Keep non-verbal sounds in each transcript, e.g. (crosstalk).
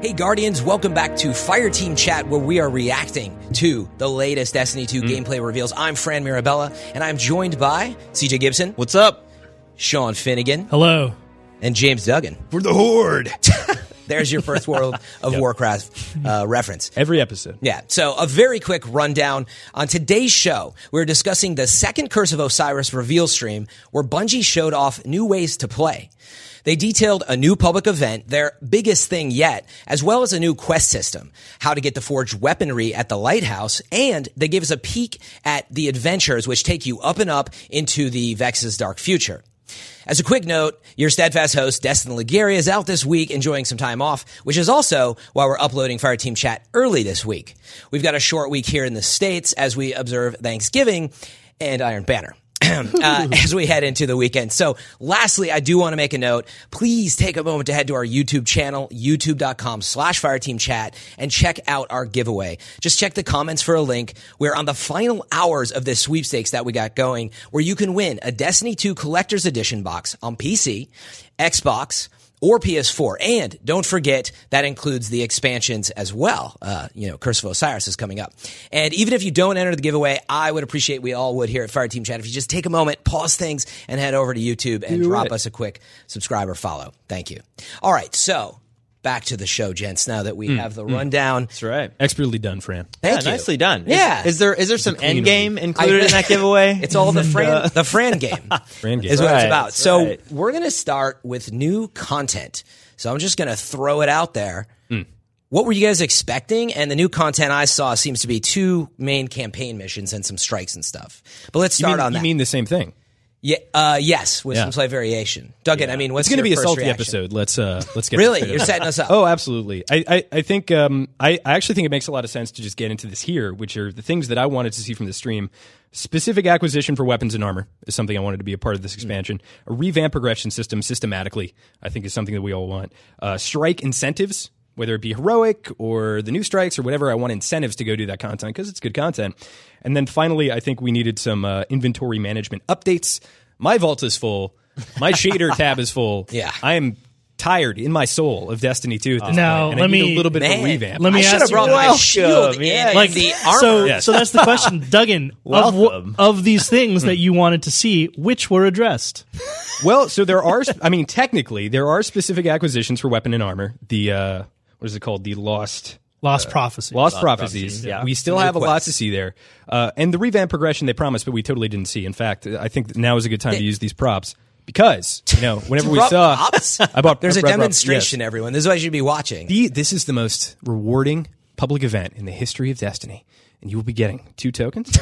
Hey, Guardians, welcome back to Fireteam Chat, where we are reacting to the latest Destiny Mm. 2 gameplay reveals. I'm Fran Mirabella, and I'm joined by CJ Gibson, What's up? Sean Finnegan, Hello. and James Duggan. We're the Horde. There's your First (laughs) World of Warcraft uh, reference. Every episode. Yeah. So, a very quick rundown. On today's show, we're discussing the second Curse of Osiris reveal stream where Bungie showed off new ways to play. They detailed a new public event, their biggest thing yet, as well as a new quest system, how to get the forged weaponry at the lighthouse, and they give us a peek at the adventures which take you up and up into the Vex's dark future. As a quick note, your steadfast host, Destin Ligeri, is out this week enjoying some time off, which is also why we're uploading Fireteam Chat early this week. We've got a short week here in the States as we observe Thanksgiving and Iron Banner. (clears throat) uh, as we head into the weekend. So, lastly, I do want to make a note. Please take a moment to head to our YouTube channel, youtube.com slash fireteam chat, and check out our giveaway. Just check the comments for a link. We're on the final hours of this sweepstakes that we got going, where you can win a Destiny 2 Collector's Edition box on PC, Xbox, or PS4. And don't forget that includes the expansions as well. Uh, you know, Curse of Osiris is coming up. And even if you don't enter the giveaway, I would appreciate we all would here at Fireteam Chat if you just take a moment, pause things, and head over to YouTube and drop us a quick subscribe or follow. Thank you. All right, so back to the show, gents. Now that we have the rundown, Mm. That's right. Expertly done, Fran. thank yeah, you. nicely done. Is- Yeah. Is, there is there some end game included (laughs) in (laughs) that giveaway? It's all the Fran, the Fran game. uh, (laughs) Fran game. is what it's Right, about. that's So right. we're going to start with new content. So I'm just going to throw it out there. Hmm. What were you guys expecting? And the new content I saw seems to be two main campaign missions and some strikes and stuff. But let's You start mean, on you that. mean the same thing? yeah, uh, yes, with Yeah. some slight variation. Duggan, I mean, what's It's going to your be a first salty reaction? episode. Let's uh, let's get Really, (laughs) into it. you're setting us up. Oh, absolutely. I I, I think um, I, I actually think it makes a lot of sense to just get into this here, which are the things that I wanted to see from the stream. Specific acquisition for weapons and armor is something I wanted to be a part of Hmm. this expansion. A revamp progression system systematically, I think, is something that we all want. Uh, strike incentives, whether it be heroic or the new strikes or whatever, I want incentives to go do that content because it's good content. And then finally, I think we needed some uh, inventory management updates. My vault is full. My shader (laughs) tab is full. Yeah. I am tired in my soul of Destiny 2 at this No, point, and I need let me- a little bit of Man, a revamp. Let me I should ask have you- brought my Welcome, shield yeah. in like the armor. So, Yes. so that's (laughs) the question, Duggan. of, Welcome. Hmm. wh- of these things that you wanted to see, which were addressed? well, so there are, I mean, technically, there are specific acquisitions for weapon and armor. The, uh, what is it called? The Lost. Lost prophecy. Lost prophecies. We still have a lot to see there, uh, and the revamp progression they promised, but we totally didn't see. In fact, I think that now is a good time to use these props because you know whenever we Rob- saw, Ops? (laughs) I bought There's a Rob- Rob- demonstration, yes. everyone. This is why you should be watching. The- this is the most rewarding public event in the history of Destiny, and you will be getting two (laughs) tokens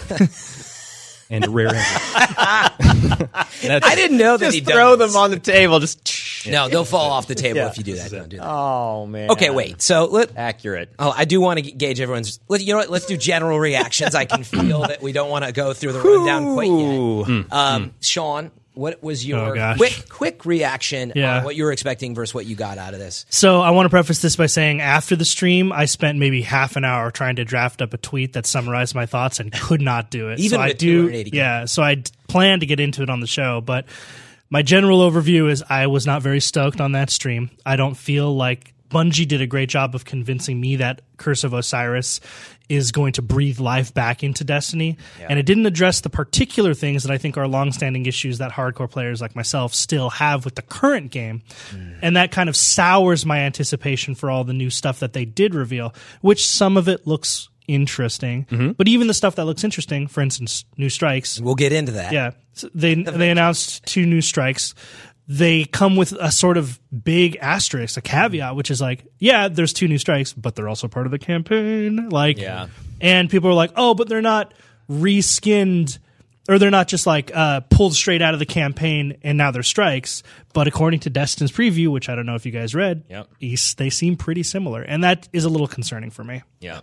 and a rare. emblem. (laughs) That's I it. didn't know that he Just throw done them this. on the table. Just No, they'll fall off the table if you do that. Don't do that. (laughs) oh man. Okay, wait. So let Accurate. Oh, I do want to gauge everyone's. Let, you know what? Let's do general reactions. I can feel that we don't want to go through the rundown quite yet. Ooh. Um, Sean, what was your Oh, gosh. quick quick reaction Yeah. on what you were expecting versus what you got out of this? So I want to preface this by saying after the stream, I spent maybe half an hour trying to draft up a tweet that summarized my thoughts and could not do it. Even so I with do, 280 games. yeah. So I d- plan to get into it on the show, but my general overview is I was not very stoked on that stream. I don't feel like Bungie did a great job of convincing me that Curse of Osiris is going to breathe life back into Destiny, and it didn't address the particular things that I think are longstanding issues that hardcore players like myself still have with the current game, and that kind of sours my anticipation for all the new stuff that they did reveal, which some of it looks interesting, but even the stuff that looks interesting, for instance, new strikes, We'll get into that. yeah, So they they announced two new strikes. They come with a sort of big asterisk, a caveat, which is like, yeah, there's two new strikes, but they're also part of the campaign. Like, Yeah. and people were like, "Oh, but they're not reskinned." Or they're not just like uh, pulled straight out of the campaign and now they're strikes. But according to Destin's preview, which I don't know if you guys read, Yep. East, they seem pretty similar. And that is a little concerning for me. Yeah.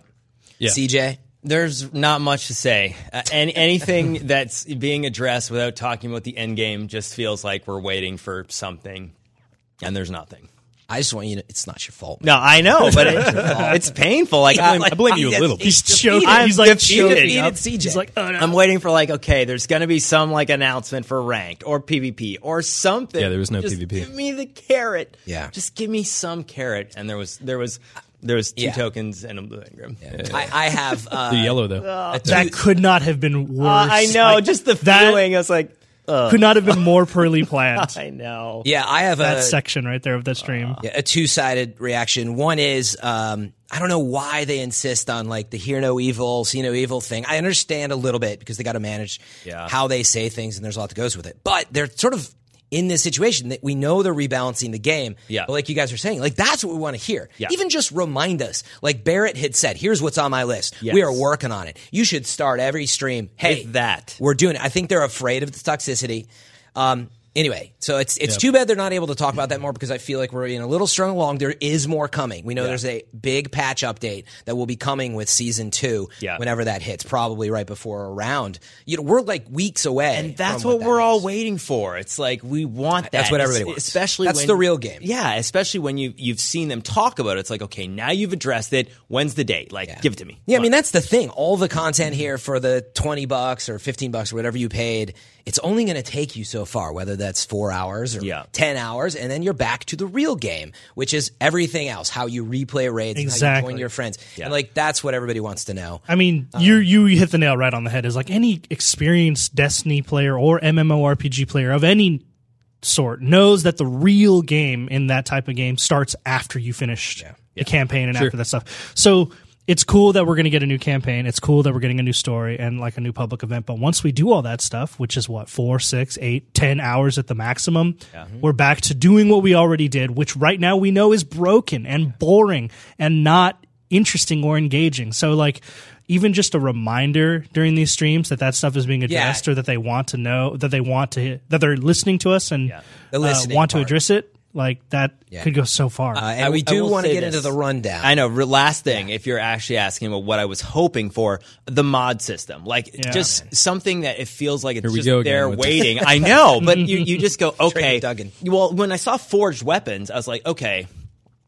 Yeah. CJ. There's not much to say. Uh, any, (laughs) anything that's being addressed without talking about the end game just feels like we're waiting for something, and there's nothing. I just want you to. It's not your fault. No, I know, (laughs) but it, it's painful. Like I blame, I blame you a little. He's choking. I'm He's like defeated. choking up. Defeated CJ. He's like, oh, no. I'm waiting for like, okay, there's going to be some like announcement for ranked or PvP or something. Yeah, there was no Just PvP. Give me the carrot. Yeah. just give me some carrot. And there was there was there was two Yeah. tokens and a blue engram. I, I have. Uh, the yellow though. that could not have been worse. Uh, I know, Like, just the that feeling. I was like, could not have been more poorly planned. I know. yeah, I have that a section right there of that stream. yeah, a two sided reaction. One is um, I don't know why they insist on like the hear no evil, see no evil thing. I understand a little bit because they got to manage Yeah. how they say things, and there's a lot that goes with it. But they're sort of in this situation that we know they're rebalancing the game. Yeah. But like you guys are saying, like that's what we want to hear. Yeah. Even just remind us, like Barrett had said, here's what's on my list. Yes. We are working on it. You should start every stream. Hey, With that. we're doing it. I think they're afraid of the toxicity. Um, anyway, so it's it's too bad they're not able to talk about that more because I feel like we're in a little strung along. There is more coming. We know there's a big patch update that will be coming with season two. Yeah. whenever that hits, probably right before or around. You know, we're like weeks away, And that's from what, that we're all is. waiting for. It's like we want that. That's what everybody Es- wants. Especially That's when- the real game. Yeah, especially when you you've seen them talk about it. It's like, okay, now you've addressed it. When's the date? Like, give it to me. Yeah, I mean that's the thing. All the content here for the twenty bucks or fifteen bucks or whatever you paid, it's only going to take you so far. Whether that's four hours or Yeah. ten hours, and then you're back to the real game, which is everything else: how you replay raids, and how you Exactly. join your friends, and like that's what everybody wants to know. I mean, you you hit the nail right on the head. Is like any experienced Destiny player or MMORPG player of any sort knows that the real game in that type of game starts after you finish the campaign and after that stuff. So it's cool that we're going to get a new campaign. It's cool that we're getting a new story and like a new public event. But once we do all that stuff, which is what four, six, eight, ten hours at the maximum, we're back to doing what we already did, which right now we know is broken and boring and not interesting or engaging. So like even just a reminder during these streams that that stuff is being addressed or that they want to know that they want to that they're listening to us and The uh, listening want to part. address it like that could go so far. Uh, and I- we I do will want to say get this. into the rundown. I know. re- Last thing, if you're actually asking about what I was hoping for, the mod system, like just something that it feels like it's we just go again there with- waiting. (laughs) I know, but you, you just go okay. Duggan. Well, when I saw forged weapons, I was like, okay,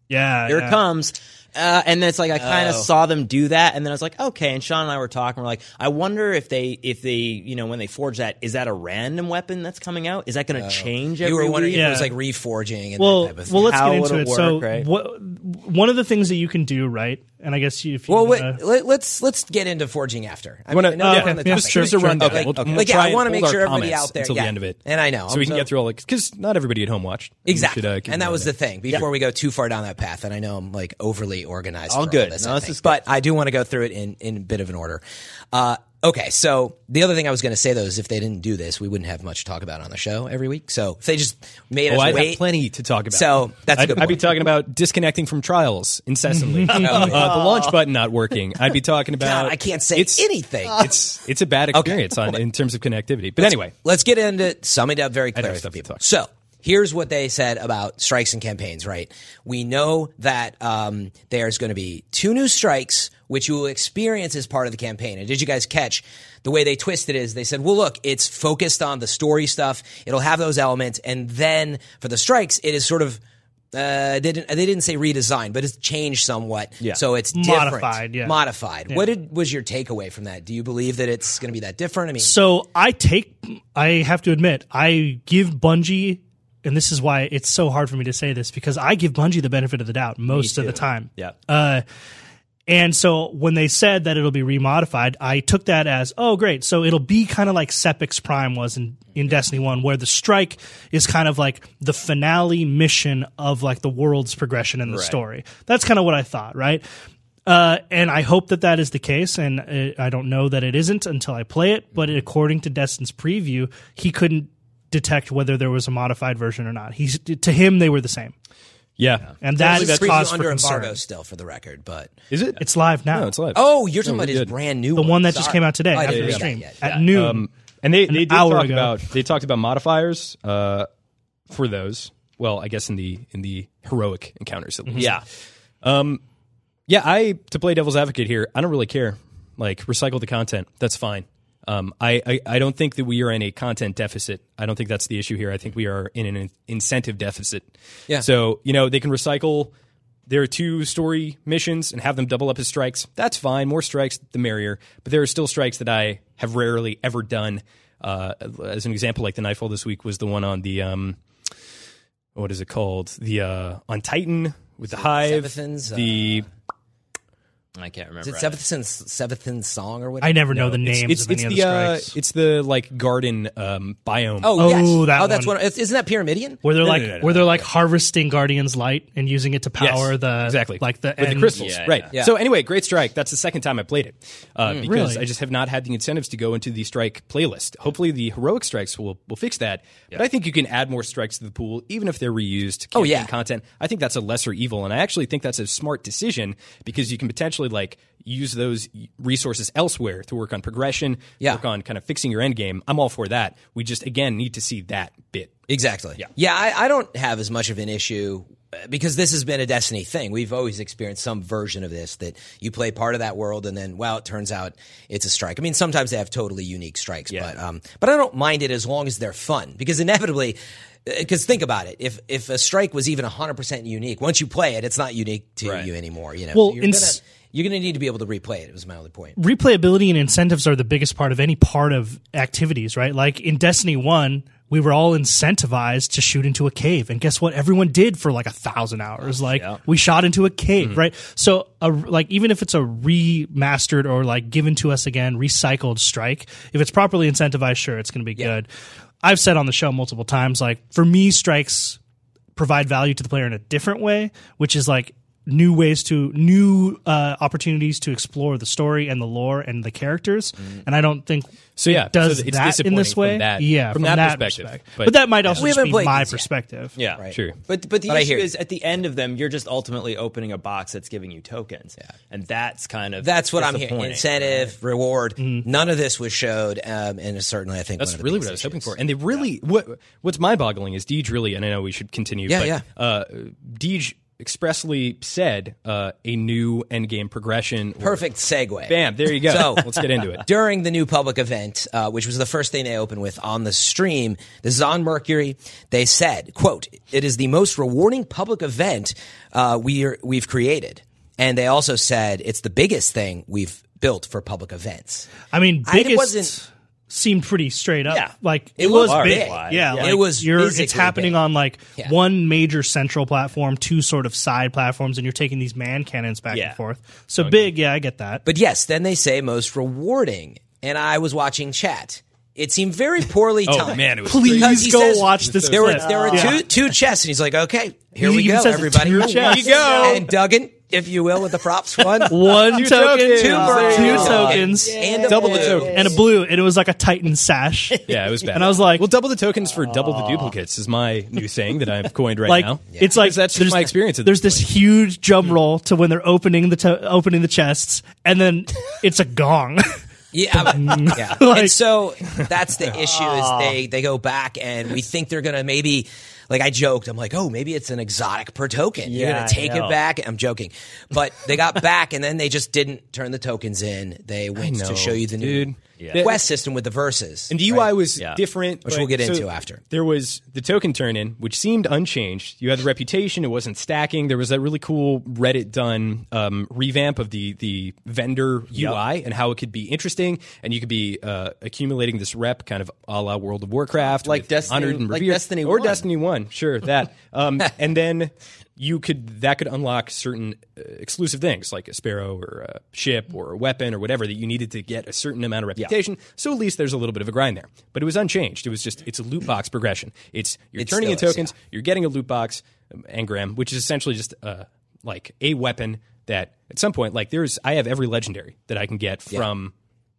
yeah, here yeah. it comes. Uh, and then it's like I kind Oh. of saw them do that, and then I was like, okay. And Sean and I were talking. We're like, I wonder if they, if they, you know, when they forge that, is that a random weapon that's coming out? Is that going to change every Oh. you were week? wondering if it Yeah. was like reforging and Well, that type of thing. well, let's How get into would it. it so, work, right? what, one of the things that you can do, right? And I guess you, if you Well, wait, wanna- let, let's let's get into forging after. I Wanna- mean, I know we're okay, on the yeah, topic. sure, Here's a sure. rundown. Okay, We'll- okay. we'll Like, yeah, try I and want to make hold sure our everybody comments out there. until yeah. the end of it, and I know so we can I'm get through all because not everybody at home watched. We Exactly. should, uh, keep and an eye that on was the thing. Before we go too far down that path, and I know I'm like overly organized. All for good. this, No, I this think. is good. but I do want to go through it in in a bit of an order. Uh, okay, so the other thing I was going to say though is if they didn't do this, we wouldn't have much to talk about on the show every week. So if they just made Oh, us I have wait, plenty to talk about. So that's a I'd, good. I'd be point. talking about disconnecting from trials (laughs) incessantly. uh, the launch button not working. I'd be talking about. Oh. God, I can't say it's, Uh, anything. It's it's a bad experience on, in terms of connectivity. But anyway, let's get into summing it up very clearly for stuff to people. talk. So here's what they said about strikes and campaigns. Right, we know that um, there's going to be two new strikes, which you will experience as part of the campaign. And did you guys catch the way they twisted it? Is they said, well, look, it's focused on the story stuff. It'll have those elements, and then for the strikes, it is sort of. Uh, they didn't. They didn't say redesign, but it's changed somewhat. Yeah. So it's different. Modified, yeah. Modified. What did, was your takeaway from that? Do you believe that it's going to be that different? I mean, So I take, I have to admit, I give Bungie, and this is why it's so hard for me to say this because I give Bungie the benefit of the doubt most of the time. Yeah. Uh, and so when they said that it'll be remodified, I took that as, oh, great. So it'll be kind of like Sepix Prime was in, in Destiny 1, where the strike is kind of like the finale mission of like the world's progression in the story. That's kind of what I thought, right? Uh, and I hope that that is the case. And uh, I don't know that it isn't until I play it. Mm-hmm. But according to Destin's preview, he couldn't detect whether there was a modified version or not. He's, to him, they were the same. Yeah. and I that believe is preview cause for under concern. embargo still for the record, but Is it? It's live now. no, it's live. oh, you're talking about we his did. brand new the one, one that just Sorry. came out today Oh, I after didn't the read that stream yet. at noon. Um, and they, they did hour talk ago. about they talked about modifiers uh, for those. Well, I guess in the in the heroic encounters. At least. Yeah. yeah. I to play devil's advocate here. I don't really care. Like recycle the content. That's fine. Um, I, I I don't think that we are in a content deficit. I don't think that's the issue here. I think we are in an in- incentive deficit. Yeah. So you know they can recycle their two story missions and have them double up as strikes. That's fine. More strikes, the merrier. But there are still strikes that I have rarely ever done. Uh, as an example, like the Nightfall this week was the one on the um, what is it called? The uh, on Titan with the Hive, Savathun's, the I can't remember. Is it Seventh Seventh Song or whatever? I never know the It's- names It's, of any it's of the, the, uh, strikes. it's the like garden um, biome. Oh, yes. Oh, that oh, that's one. one. Isn't that Pyramidian? where they're no, like no, no, where they're no, like harvesting Guardian's light and using it to Yes, power the exactly like the with end. the crystals, Yeah, right? yeah. So anyway, great strike. That's the second time I played it uh, because Really? I just have not had the incentives to go into the strike playlist. Hopefully, the heroic strikes will will fix that. But I think you can add more strikes to the pool, even if they're reused. Oh, yeah. campaign content. I think that's a lesser evil, and I actually think that's a smart decision because you can potentially like use those resources elsewhere to work on progression, Yeah. work on kind of fixing your end game. I'm all for that. We just again need to see that bit. Exactly. Yeah, I, I don't have as much of an issue uh, because this has been a Destiny thing. We've always experienced some version of this that you play part of that world and then, wow, it turns out it's a strike. I mean, sometimes they have totally unique strikes, but um, but I don't mind it as long as they're fun because inevitably. Because think about it, if if a strike was even hundred percent unique, once you play it, it's not unique to you anymore. You know, Well, you're in gonna s- you're gonna need to be able to replay it. It was my only point. replayability and incentives are the biggest part of any part of activities, right? Like in Destiny 1, we were all incentivized to shoot into a cave. And guess what? Everyone did for like a thousand hours. Like we shot into a cave, right? So a, like, even if it's a remastered or like given to us again, recycled strike, if it's properly incentivized, sure, it's going to be good. I've said on the show multiple times, like for me, strikes provide value to the player in a different way, which is like new ways to new uh, opportunities to explore the story and the lore and the characters. And I don't think Mm-hmm. So, yeah, it does so it's that in this disappointing from way. that- yeah, from that perspective. respect. But, But- that might also We just haven't be played my these yet. perspective. Yeah. Right. Sure. But but the But I issue hear you. is at the end of them, you're just ultimately opening a box that's giving you tokens. Yeah. And that's kind of That's what I'm hearing. disappointing. Incentive, reward. Mm-hmm. None of this was showed, um, and certainly I think one That's of the really what biggest I was hoping issues. for. And they really what what's mind boggling is Deej really, and I know we should continue. Yeah, but, yeah. Uh, Deej expressly said uh, a new endgame progression. or- Perfect segue. Bam! There you go. So- let's (laughs) get into it. During the new public event, uh, which was the first thing they opened with on the stream, this is on Mercury. They said, "quote It is the most rewarding public event uh, we are, we've created," and they also said it's the biggest thing we've built for public events. I mean, I- it biggest wasn't- seemed pretty straight up. Yeah. Like It was big. big. Yeah, Yeah. like, It was You're, it's physically happening big. on like Yeah. one major central platform, two sort of side platforms, and you're taking these man cannons back Yeah. and forth. So big. Yeah, I get that. But yes, then they say most rewarding, and I was watching chat. It seemed very poorly timed. man, it was Please Because he go says- watch this There were clip. there were Yeah. two two chests, and he's like, "Okay, here He we even go, says everybody. two Here we chests. go." And Duggan, if you will, with the props one, (laughs) one token, tokens. two, Two birds, two birds. tokens, and a Double blue. the token. and a blue, and it was like a Titan (laughs) sash. Yeah, it was bad. And I was like- "Well, double the tokens for double the duplicates" is my new saying that I've coined right Like now. it's like Because that's just there's- my experience at There's this Hmm. this huge drum roll to when they're opening the to- opening the chests, and then it's a gong. (laughs) Yeah, I mean, yeah. Like- and so that's the issue is they they go back and we think they're gonna maybe like I joked, I'm like, oh, maybe it's an exotic per token. You're Yeah, gonna I take it know. back. I'm joking, but they got back and then they just didn't turn the tokens in. They went to know, show you the new dude. Yeah. quest system with the verses. And the UI was Yeah. different, Which but- we'll get into after. There was the token turn in, which seemed unchanged. You had the reputation; it wasn't stacking. There was that really cool Reddit done um, revamp of the the vendor UI and how it could be interesting, and you could be uh, accumulating this rep, kind of a la World of Warcraft, Like with Destiny- honored and like revered. Destiny or 1. Destiny One, sure that. Um, and then you could that could unlock certain uh, exclusive things like a sparrow or a ship or a weapon or whatever that you needed to get a certain amount of reputation. So at least there's a little bit of a grind there, but it was unchanged. It was just it's a loot box progression. It's you're It turning in still is, tokens, you're getting a loot box um, engram, which is essentially just uh, like a weapon that at some point like there's I have every legendary that I can get from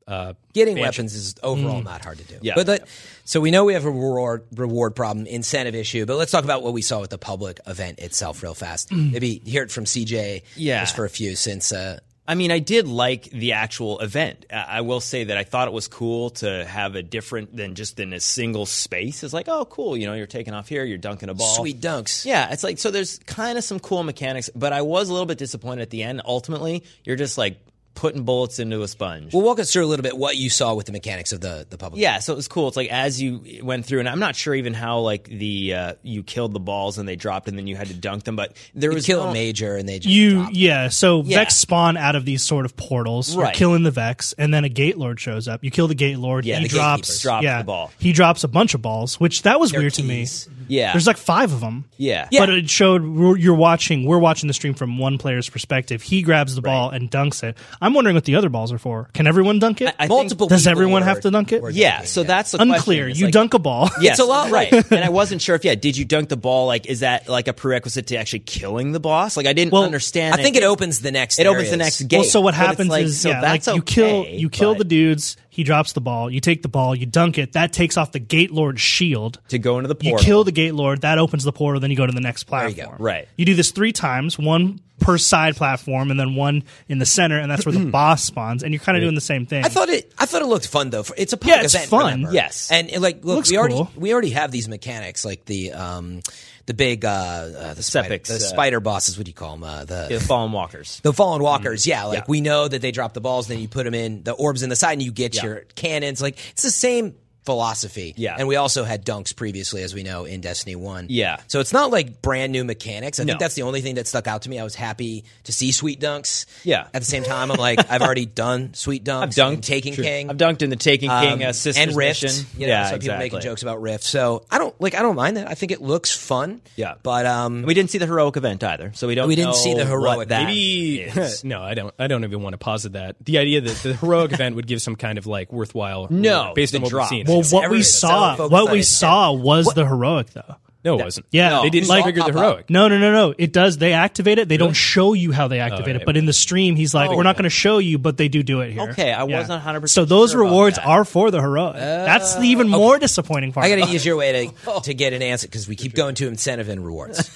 uh, Getting Banshee. weapons is overall not hard to do. Yeah. But let- so we know we have a reward reward problem, incentive issue, but let's talk about what we saw with the public event itself real fast. Maybe hear it from CJ Yeah. just for a few since uh, I mean, I did like the actual event. I I will say that I thought it was cool to have a different than just in a single space. It's like, oh, cool. You know, you're taking off here, you're dunking a ball. sweet dunks. Yeah, it's like so. There's kind of some cool mechanics, but I was a little bit disappointed at the end. Ultimately, you're just like putting bullets into a sponge. Well, walk us through a little bit what you saw with the mechanics of the, the public. Yeah, so it was cool. It's like as you went through, and I'm not sure even how like the uh, you killed the balls and they dropped, and then you had to dunk them. But there You was kill no- a major and they just You drop. yeah, so Yeah. Vex spawn out of these sort of portals. You're Right. killing the Vex, and then a Gate Lord shows up. You kill the Gate Lord. Yeah, he the drops gatekeepers drop yeah, the ball. He drops a bunch of balls, which that was They're weird keys. to me. Yeah. there's like five of them. Yeah. but it showed we're- you're watching. We're watching the stream from one player's perspective. He grabs the ball and dunks it. I'm wondering what the other balls are for. Can everyone dunk it? I think- multiple. Does people everyone have were- to dunk it? were yeah. dunking, So yeah. that's the Unclear. Question. It's You like- dunk a ball. (laughs) Yes, a lot right. and I wasn't sure if yeah, did you dunk the ball? Like, is that like a prerequisite to actually killing the boss? Like, I didn't Well, understand. I think it opens the next. It opens the areas. next gate. Well, so what But it's happens like, is, so yeah, that's like you okay, kill you kill but the dudes. He drops the ball. You take the ball. You dunk it. That takes off the Gate Lord's shield. to go into the You portal. kill the Gate Lord. That opens the portal. Then you go to the next platform. you go. Right. You do this three times. One per side platform, and then one in the center, and that's where (clears throat) the boss spawns. And you're kind of doing the same thing. I thought it. I thought it looked fun though. For- It's a public Yeah, it's event, fun, remember. yes. and it, like, look, Looks we already cool. we already have these mechanics, like the um, the big uh, uh the spider, Sepix, the uh, spider bosses. What do you call them? Uh, the the fallen walkers. the fallen walkers. Yeah, like Mm-hmm. Yeah. we know that they drop the balls, then you put them in the orbs in the side, and you get your cannons. Like it's the same philosophy. Yeah. and we also had dunks previously, as we know in Destiny One. Yeah. so it's not like brand new mechanics. I No. think that's the only thing that stuck out to me. I was happy to see sweet dunks. Yeah. At the same time, I'm (laughs) like, I've already done sweet dunks. I've dunked and taking king. I've dunked in the Taking Um, King uh, sisters and Rift. mission. You know, yeah, some people exactly. making jokes about Rift. So I don't like. I don't mind that. I think it looks fun. Yeah. but um, And we didn't see the heroic event either, so we don't. We didn't know see the heroic what that Maybe (laughs) is. no, I don't. I don't even want to posit that. The idea that the (laughs) heroic event would give some kind of like worthwhile No, reward based on the what drop. we've seen. well, what every- we it's all saw, focused what on we it. saw was the heroic though. no, it wasn't. Yeah. they didn't Like- trigger the uh, Pop up. heroic. No, no, no, no. It does. They activate it. They don't show you how they activate it, right, but in the stream, he's Oh. like, "We're not going to show you, but they do do it here." Okay, I wasn't 100% So those sure about rewards that. are for the heroic. That's the even more disappointing part. Oh. Oh, I got to use your way (laughs) to to get an answer because we keep going to incentive and (laughs) rewards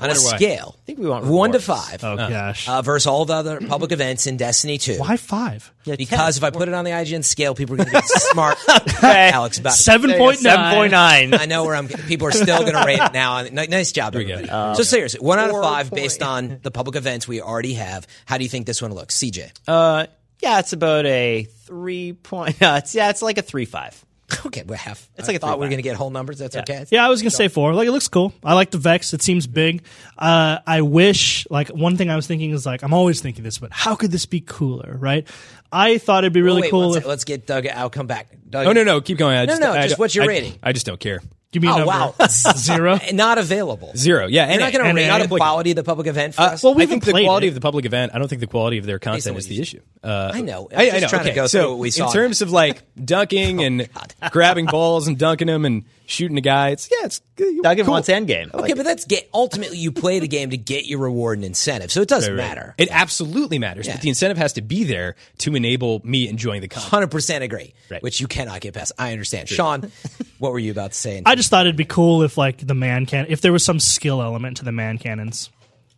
on a scale. I think we want one to rewards. five oh gosh, uh, versus all the other public events in Destiny Two. why five? Because if I put it on the IGN scale, people are going to be (laughs) smart. Alex, about (laughs) Seven point nine. seven point (laughs) nine. I know where I'm. People are still going to rate it now. N- Nice job, everybody. so seriously, one out of five based on the public events we already have. How do you think this one looks, CJ? Uh, yeah, it's about a three point. No, it's, yeah, it's like a three five. okay, we're half. It's I like a thought we were throwback. going to get whole numbers. That's okay. Yeah, I was gonna say four. Like it looks cool. I like the Vex. It seems big. Uh, I wish. Like one thing I was thinking is like I'm always thinking this, but how could this be cooler, right? I thought it'd be Oh, really Wait, cool. one if, sec. let's get Doug. I'll come back. Doug, Oh no, no, keep going. I just, no, I just don't- what's your I- rating? I just don't care. give me a Oh number. wow, (laughs) (laughs) Zero. not available. Zero. Yeah, and You're not going to and rate not the applicable. quality of the public event for us. Uh, well, we I haven't think the played quality it. of the public event. I don't think the quality of their on content what is the you- issue. Uh, I know. I'm I, just I know. trying to okay, go so through what we saw. Oh, in terms of like (laughs) dunking and grabbing balls and dunking them and shooting a guy, it's yeah, it's Doug cool. wants endgame. okay, but that's ga- ultimately you play the game to get your reward and incentive, so it doesn't matter. It absolutely matters, Yeah. but the incentive has to be there to enable me enjoying the content. Hundred percent agree. Which you cannot get past. I understand, Sean. what were you about to say? I just thought it'd be cool if like the man can if there was some skill element to the man cannons.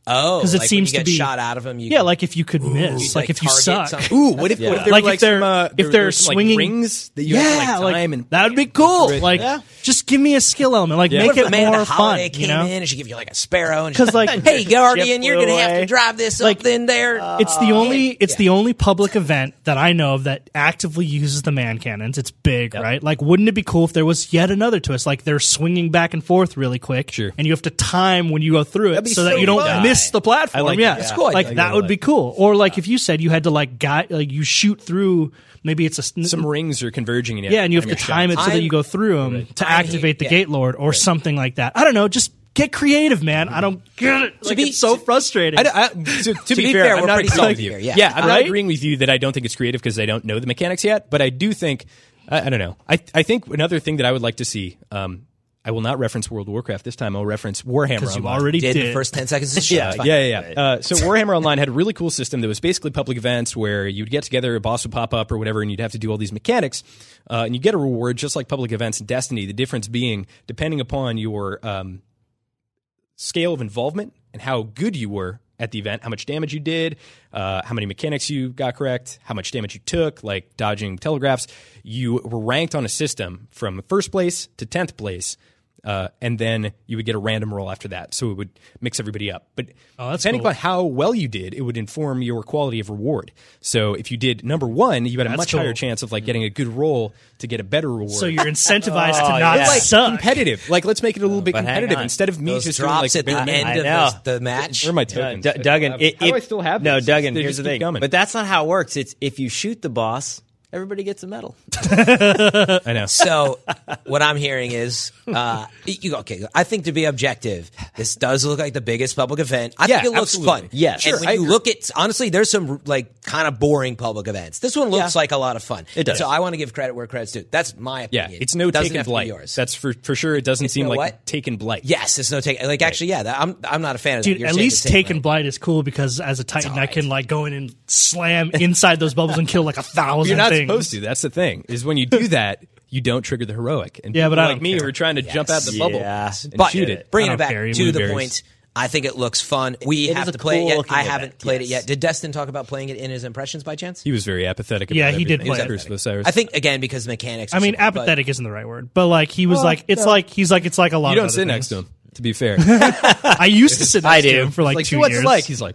oh, because it seems you to get be- shot out of them. You Yeah, can, like if you could miss, like, if you target suck. something. Ooh, what if, what if there Like were if like some, they're- uh, if there- there they're were some, like, swinging- rings that you have to, like, time and that would be cool. Yeah. Like, just give me a skill element. Like, Yeah. make What if it a man more of holiday fun. came You know, in and she give you like a sparrow? and 'Cause, she's like- hey, Guardian, Chip you're gonna have Roy. to drive this Like, up in there. it's the Uh, only it's the only public event that I know of that actively uses the man cannons. It's big, right? Like, wouldn't it be cool if there was yet another twist? Like, they're swinging back and forth really quick, Sure. and you have to time when you go through it be so, that so you don't fun. miss the platform. I like yeah, that. That's cool. I like Like that that. would be cool. Or like if you said you had to like guide, like you shoot through. Maybe it's a sn- some rings are converging and Yeah, and you have to time it so that I'm- you go through them to I hate- activate the yeah. gate lord or something like that. I don't know. Just get creative, man. I don't get it. Like, be- it's so frustrating. I, don't- I, to, to, be, be fair, fair, I'm we're not pretty agreeing solid with you. here, yeah. I'm Right? not agreeing with you that I don't think it's creative because I don't know the mechanics yet. But I do think, I, I don't know. I I think another thing that I would like to see, um, I will not reference World of Warcraft this time. I'll reference Warhammer. because you Online. already Did did. in the first 10 seconds of the show. It's fine. Yeah, yeah, yeah. Uh, so Warhammer Online had a really cool system that was basically public events where you'd get together, a boss would pop up or whatever, and you'd have to do all these mechanics, uh, and you get a reward just like public events in Destiny. The difference being depending upon your um, scale of involvement and how good you were at the event, how much damage you did, uh, how many mechanics you got correct, how much damage you took, like dodging telegraphs. You were ranked on a system from first place to 10th place. Uh, and then you would get a random roll after that. So it would mix everybody up. But Oh, that's depending cool. on how well you did, it would inform your quality of reward. So if you did number one, you had a That's much cool. higher chance of like getting a good roll to get a better reward. so you're incentivized Oh, to not yeah. like suck. competitive. Like let's make it a little bit But hang competitive on. instead of me Those just drops doing, like, at bare the minimum. end I know. of this, the match. Where are my Yeah, tokens? D- uh, Duggan, it, how do it- I still have no these? Duggan. They Here's just the keep thing, coming. but that's not how it works. It's if you shoot the boss, everybody gets a medal. I (laughs) know. So what I'm hearing is, uh, you okay? I think to be objective, this does look like the biggest public event. I Yeah, think it looks absolutely. fun. Yes. and Sure, when I you agree. look at honestly, there's some like kind of boring public events. This one looks like a lot of fun. It does. So I want to give credit where credit's due. That's my Yeah, opinion. it's no Doesn't taken have to be blight. Yours. That's for for sure. It doesn't seem no like what? taken blight. yes, it's no take. Like actually, yeah, that, I'm I'm not a fan of that. Dude, You're at saying the least same, Taken right? Blight is cool because as a Titan, I alright. can like go in and slam inside those bubbles and kill like a 1000 you're not things. supposed to. That's the thing. Is when you (laughs) do that, you don't trigger the heroic. And Yeah, people but I like don't me care. who are trying to jump out the bubble Yeah. and but shoot it. I Bringing don't it back care, you to the point. blueberries. I think it looks fun. We It is have a to play it yet. cool-looking I haven't event, played it yes. yet. Did Destin talk about playing it in his impressions by chance? He was very apathetic. Yeah, about he did everything. play Curse of Osiris. I think again because mechanics. I mean, are- but- apathetic isn't the right word, but like he was Oh, like, it's like he's like, it's like a lot. you of don't other sit things. next to him. To be fair, It's I used to sit I next to do. him (laughs) for like, like two what's it years. like? He's like,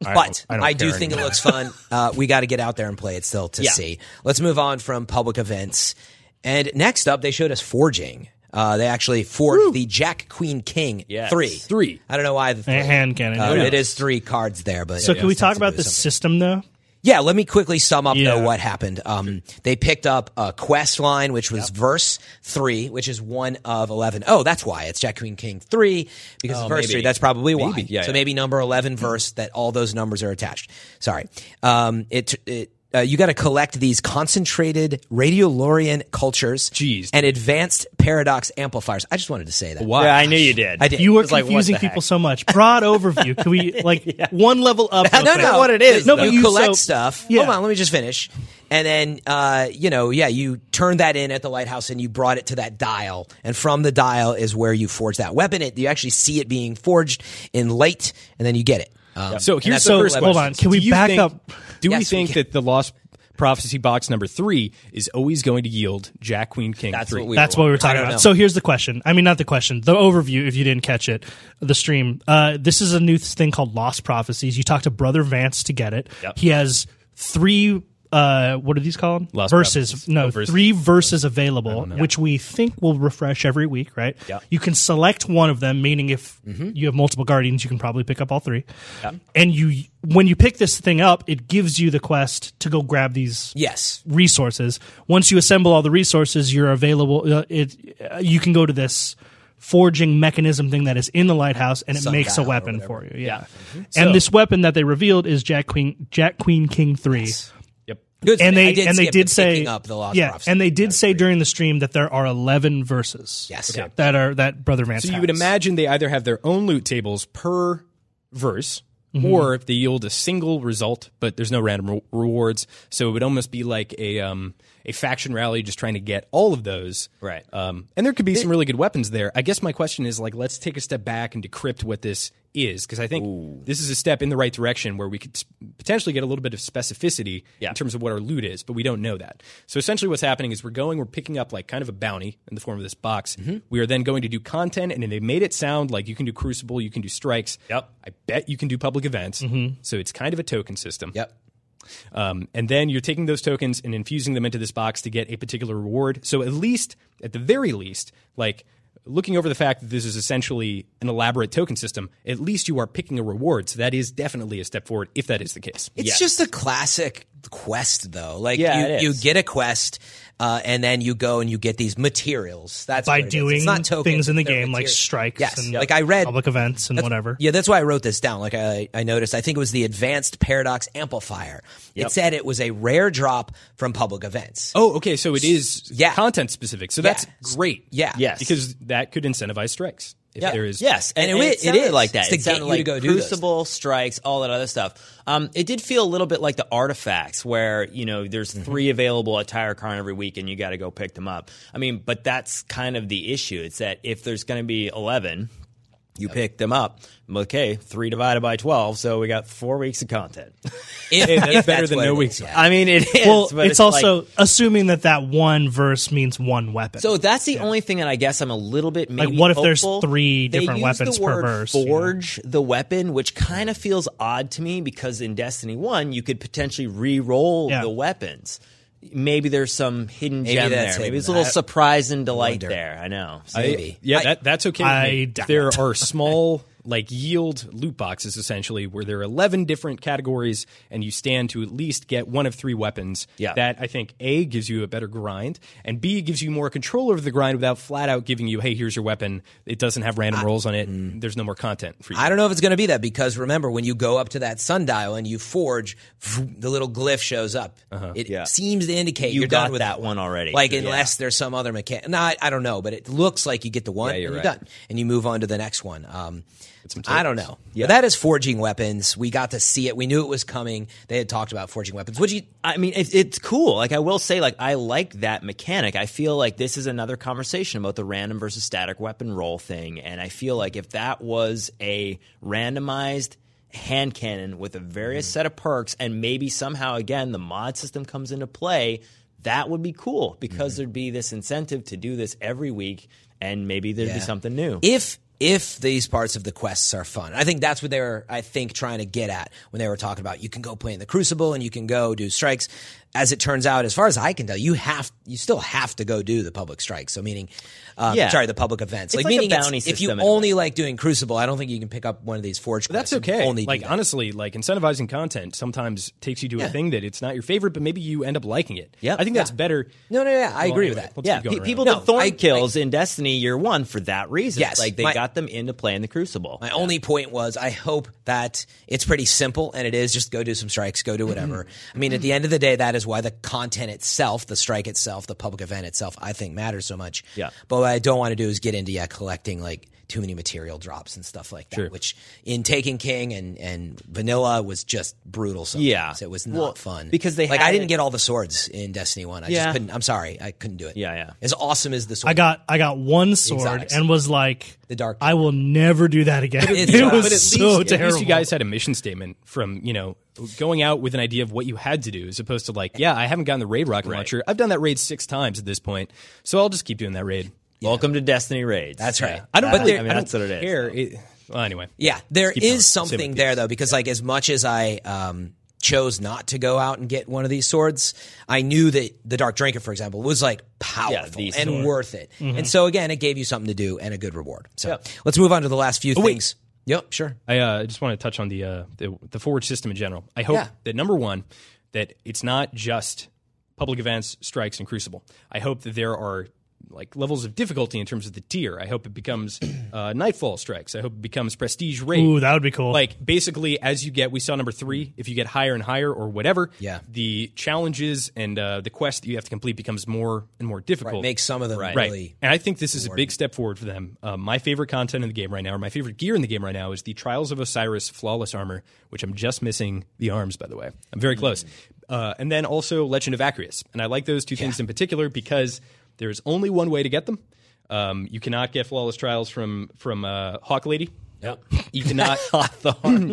But I, don't do care think anymore. it looks fun. (laughs) Uh, we got to get out there and play it still to Yeah. see. Let's move on from public events. And next up, they showed us forging. Uh, they actually forged the Jack Queen King Yes. three. Three. I don't know why the three. a hand cannon. Uh, Eh, Yeah. It is three cards there, but so it can we has something talk to do about the with something. system though? Yeah, let me quickly sum up Yeah. though what happened. Um, they picked up a quest line, which was verse three, which is one of eleven. Oh, that's why it's Jack Queen King three because of verse Oh, maybe. three. That's probably why. Maybe, yeah, so yeah. maybe number eleven verse that all those numbers are attached. Sorry. Um, it. it uh, you got to collect these concentrated radiolorian cultures Jeez. and advanced paradox amplifiers. I just wanted to say that. why? yeah, I knew you (laughs) did. I did. You were It's like, what confusing the heck? people so much. Broad overview. Can we like one level up? real no, quick? no, what it is, No, though. but You you collect so- stuff. Yeah. Hold on, let me just finish. And then, uh, you know, yeah, you turned that in at the lighthouse and you brought it to that dial. And from the dial is where you forge that weapon. It, you actually see it being forged in light, and then you get it. Um, So and here's that's the all first level. question. Hold on, can we Do you back think- up? Do we Yes, we think can. that the Lost Prophecy box number three is always going to yield Jack Queen King That's three? what we That's what we were talking I don't about. know. So here's the question. I mean, not the question. The overview. If you didn't catch it, the stream. Uh, this is a new thing called Lost Prophecies. You talk to Brother Vance to get it. Yep. He has three. Uh, what are these called? Lost verses. Prophecies. No, Oh, verses. three verses available, which we think will refresh every week, right? Yeah. You can select one of them, meaning if you have multiple guardians, you can probably pick up all three. And you, when you pick this thing up, it gives you the quest to go grab these Yes. resources. Once you assemble all the resources, you're available. Uh, it uh, you can go to this forging mechanism thing that is in the lighthouse, and it makes a dial or Mm-hmm. weapon for you. Yeah, and this weapon that they revealed is Jack Queen Jack Queen King three. Yep. Good. And they I did and they skip did the say picking up the lost yeah, props. and they did say during the stream that there are eleven verses. Yes. Okay. that are that brother Vance. So you would (laughs) has. imagine they either have their own loot tables per verse, or they yield a single result, but there's no random re- rewards. So it would almost be like a um, a faction rally, just trying to get all of those. Right. Um, and there could be some really good weapons there. I guess my question is like, let's take a step back and decrypt what this is, because I think this is a step in the right direction where we could s- potentially get a little bit of specificity Yeah. in terms of what our loot is, but we don't know that. So essentially, what's happening is we're going, we're picking up like kind of a bounty in the form of this box. Mm-hmm. We are then going to do content, and they made it sound like you can do Crucible, you can do Strikes. Yep. Mm-hmm. I bet you can do public events. So it's kind of a token system. Yep. Um, and then you're taking those tokens and infusing them into this box to get a particular reward. So at least, at the very least, like looking over the fact that this is essentially an elaborate token system, at least you are picking a reward. So that is definitely a step forward if that is the case. It's just a classic quest, though. Like Yeah, you, it you is. get a quest, uh, and then you go and you get these materials. That's what by it is. It's doing not tokens, things in the they're game like materials. strikes Yes, and like I read public events and whatever. Yeah, that's why I wrote this down. Like I, I noticed, I think it was the Advanced Paradox Amplifier. It said it was a rare drop from public events. Oh, okay. So it is Yeah. content specific. So that's Yeah. great. Yeah. Yes. Because that could incentivize strikes if Yeah. there is Yes, and, And it and was- it, it sounded- is like that. it's to It sounded get you like to go do those Crucible strikes, all that other stuff. Um, it did feel a little bit like the artifacts, where you know there's Mm-hmm. three available at Tire Con every week, and you got to go pick them up. I mean, but that's kind of the issue. It's that if there's going to be eleven, you pick them up. Okay, three divided by twelve, so we got four weeks of content. If, that's if better than what no it is, weeks. yeah. I mean, it is. Well, but it's, it's, also like- assuming that that one verse means one weapon. So that's the only thing that I guess I'm a little bit maybe what if there's hopeful. three They different use weapons the per word verse, you know? Forge the weapon, which kind of feels odd to me because in Destiny One you could potentially re-roll Yeah. the weapons. Maybe there's some hidden gem there. that's Maybe hidden. it's a little I- surprise and delight there. I know. So- Maybe. Yeah, I- that, that's okay. with I me. doubt there it. (laughs) are small like yield loot boxes essentially where there are 11 different categories and you stand to at least get one of three weapons Yeah. that i think a gives you a better grind and b gives you more control over the grind without flat out giving you hey here's your weapon it doesn't have random rolls on it there's no more content for you Mm. I don't know if it's going to be that because remember when you go up to that sundial and you forge, the little glyph shows up. It Yeah. seems to indicate You are got done with that one already. Like Yeah. unless there's some other mechanic. No, I, I don't know, but it looks like you get the one you're and you're right. done, and you move on to the next one. Um, I don't know. But that is forging weapons. We got to see it. We knew it was coming. They had talked about forging weapons. Would you? I mean, it, it's cool. Like, I will say, like, I like that mechanic. I feel like this is another conversation about the random versus static weapon roll thing. And I feel like if that was a randomized hand cannon with a Mm-hmm. various set of perks, and maybe somehow, again, the mod system comes into play, that would be cool Mm-hmm. because there'd be this incentive to do this every week, and maybe there'd be something new. if if these parts of the quests are fun. I think that's what they were I think trying to get at when they were talking about you can go play in the crucible and you can go do strikes. As it turns out, as far as I can tell, you have you still have to go do the public strikes. So meaning um, Yeah. sorry, the public events. It's like like a meaning it's- bounty if you system in a only like doing crucible, I don't think you can pick up one of these forge quests. that's and okay. Only do like that. honestly, like incentivizing content sometimes takes you to a thing that it's not your favorite, but maybe you end up liking it. Yep. I think that's Yeah. better. No, no, yeah, I Well, agree with anyway, that. let's Yeah, keep going pe- around. people No, did thorn I- kills in Destiny Year One for that reason. Yes, like they my- got them into play in the Crucible. My only point was I hope that it's pretty simple and it is just go do some strikes, go Mm-hmm. do whatever. I mean, at the end of the day, that is why the content itself, the strike itself, the public event itself, I think matters so much. Yeah. But what I don't want to do is get into yeah, collecting like too many material drops and stuff like that, which in Taken King and, and Vanilla was just brutal. Sometimes. Yeah. It was not Well, fun. because they like, I had didn't it- get all the swords in Destiny 1. I just Yeah. couldn't. I'm sorry. I couldn't do it. Yeah, yeah. As awesome as this I got I got one sword exotics. and was like The dark I will never do that again. it's- (laughs) It but was at least- so at terrible. least you guys had a mission statement from you know going out with an idea of what you had to do, as opposed to like, yeah, I haven't gotten the raid rocket launcher. I've done that raid six times at this point, so I'll just keep doing that raid. Welcome to Destiny Raids. That's right. I don't. That- really- I mean, don't that's what it is. care. It- well, anyway. Yeah, there keep going. is Save it, something please. there though, because like as much as I um, chose not to go out and get one of these swords, I knew that the Dark Drinker, for example, was like powerful the and sword. worth it. Mm-hmm. And so again, it gave you something to do and a good reward. So let's move on to the last Oh, few things. Yep, sure. I uh, just want to touch on the, uh, the the forward system in general. I hope Yeah. that number one, that it's not just public events, strikes, and crucible. I hope that there are like levels of difficulty in terms of the tier. I hope (clears throat) it becomes uh, nightfall strikes. I hope it becomes prestige raid. Ooh, that would be cool. Like basically, as you get, we saw number three. If you get higher and higher, or whatever, Mm. Yeah. the challenges and uh, the quest that you have to complete becomes more and more difficult. Make some of them really. And I think this is a big step forward for them. Uh, my favorite content in the game right now, or my favorite gear in the game right now, is the Trials of Osiris flawless armor, which I'm just missing the arms, by the way. I'm very Hmm. close. Uh, and then also Legend of Acreus. And I like those two things in particular because there's only one way to get them. Um, you cannot get flawless trials from from uh, Hawk Lady. Yep. You cannot